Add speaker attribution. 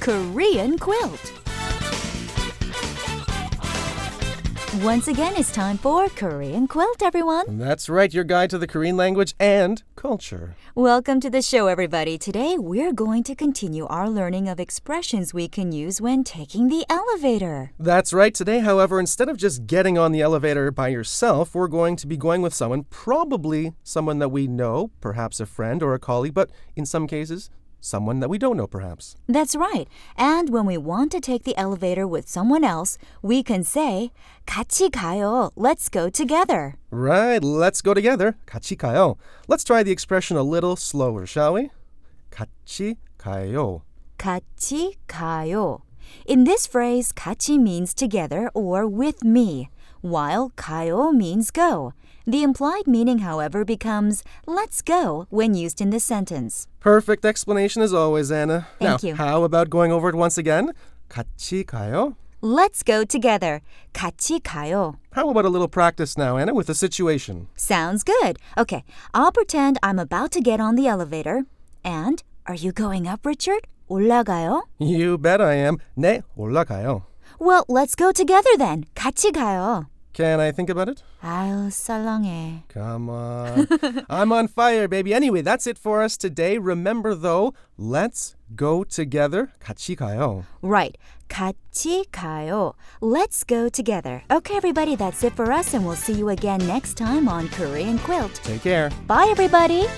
Speaker 1: Korean quilt. Once again, it's time for Korean quilt, everyone.
Speaker 2: That's right, your guide to the Korean language and culture.
Speaker 1: Welcome to the show, everybody. Today, we're going to continue our learning of expressions we can use when taking the elevator.
Speaker 2: That's right, today, however, instead of just getting on the elevator by yourself, we're going to be going with someone, probably someone that we know, perhaps a friend or a colleague, but in some cases, someone that we don't know, perhaps.
Speaker 1: That's right. And when we want to take the elevator with someone else, we can say, 같이 가요. Let's go together.
Speaker 2: Right, let's go together. 같이 가요. Let's try the expression a little slower, shall we? 같이 가요.
Speaker 1: 같이 가요. In this phrase, 같이 means together or with me, while 가요 means go. The implied meaning, however, becomes let's go when used in this sentence.
Speaker 2: Perfect explanation as always, Anna.
Speaker 1: Thank
Speaker 2: now,
Speaker 1: you.
Speaker 2: how about going over it once again? 같이 가요.
Speaker 1: Let's go together. 같이 가요.
Speaker 2: How about a little practice now, Anna, with a situation?
Speaker 1: Sounds good. Okay, I'll pretend I'm about to get on the elevator. And are you going up, Richard? 올라가요?
Speaker 2: You bet I am. 네, 올라가요.
Speaker 1: Well, let's go together then. 같이 가요.
Speaker 2: Can I think about it?
Speaker 1: 아유, 썰렁해.
Speaker 2: Come on. I'm on fire, baby. Anyway, that's it for us today. Remember, though, let's go together. 같이 가요.
Speaker 1: Right. 같이 가요. Let's go together. Okay, everybody, that's it for us, and we'll see you again next time on Korean Quilt.
Speaker 2: Take care.
Speaker 1: Bye, everybody.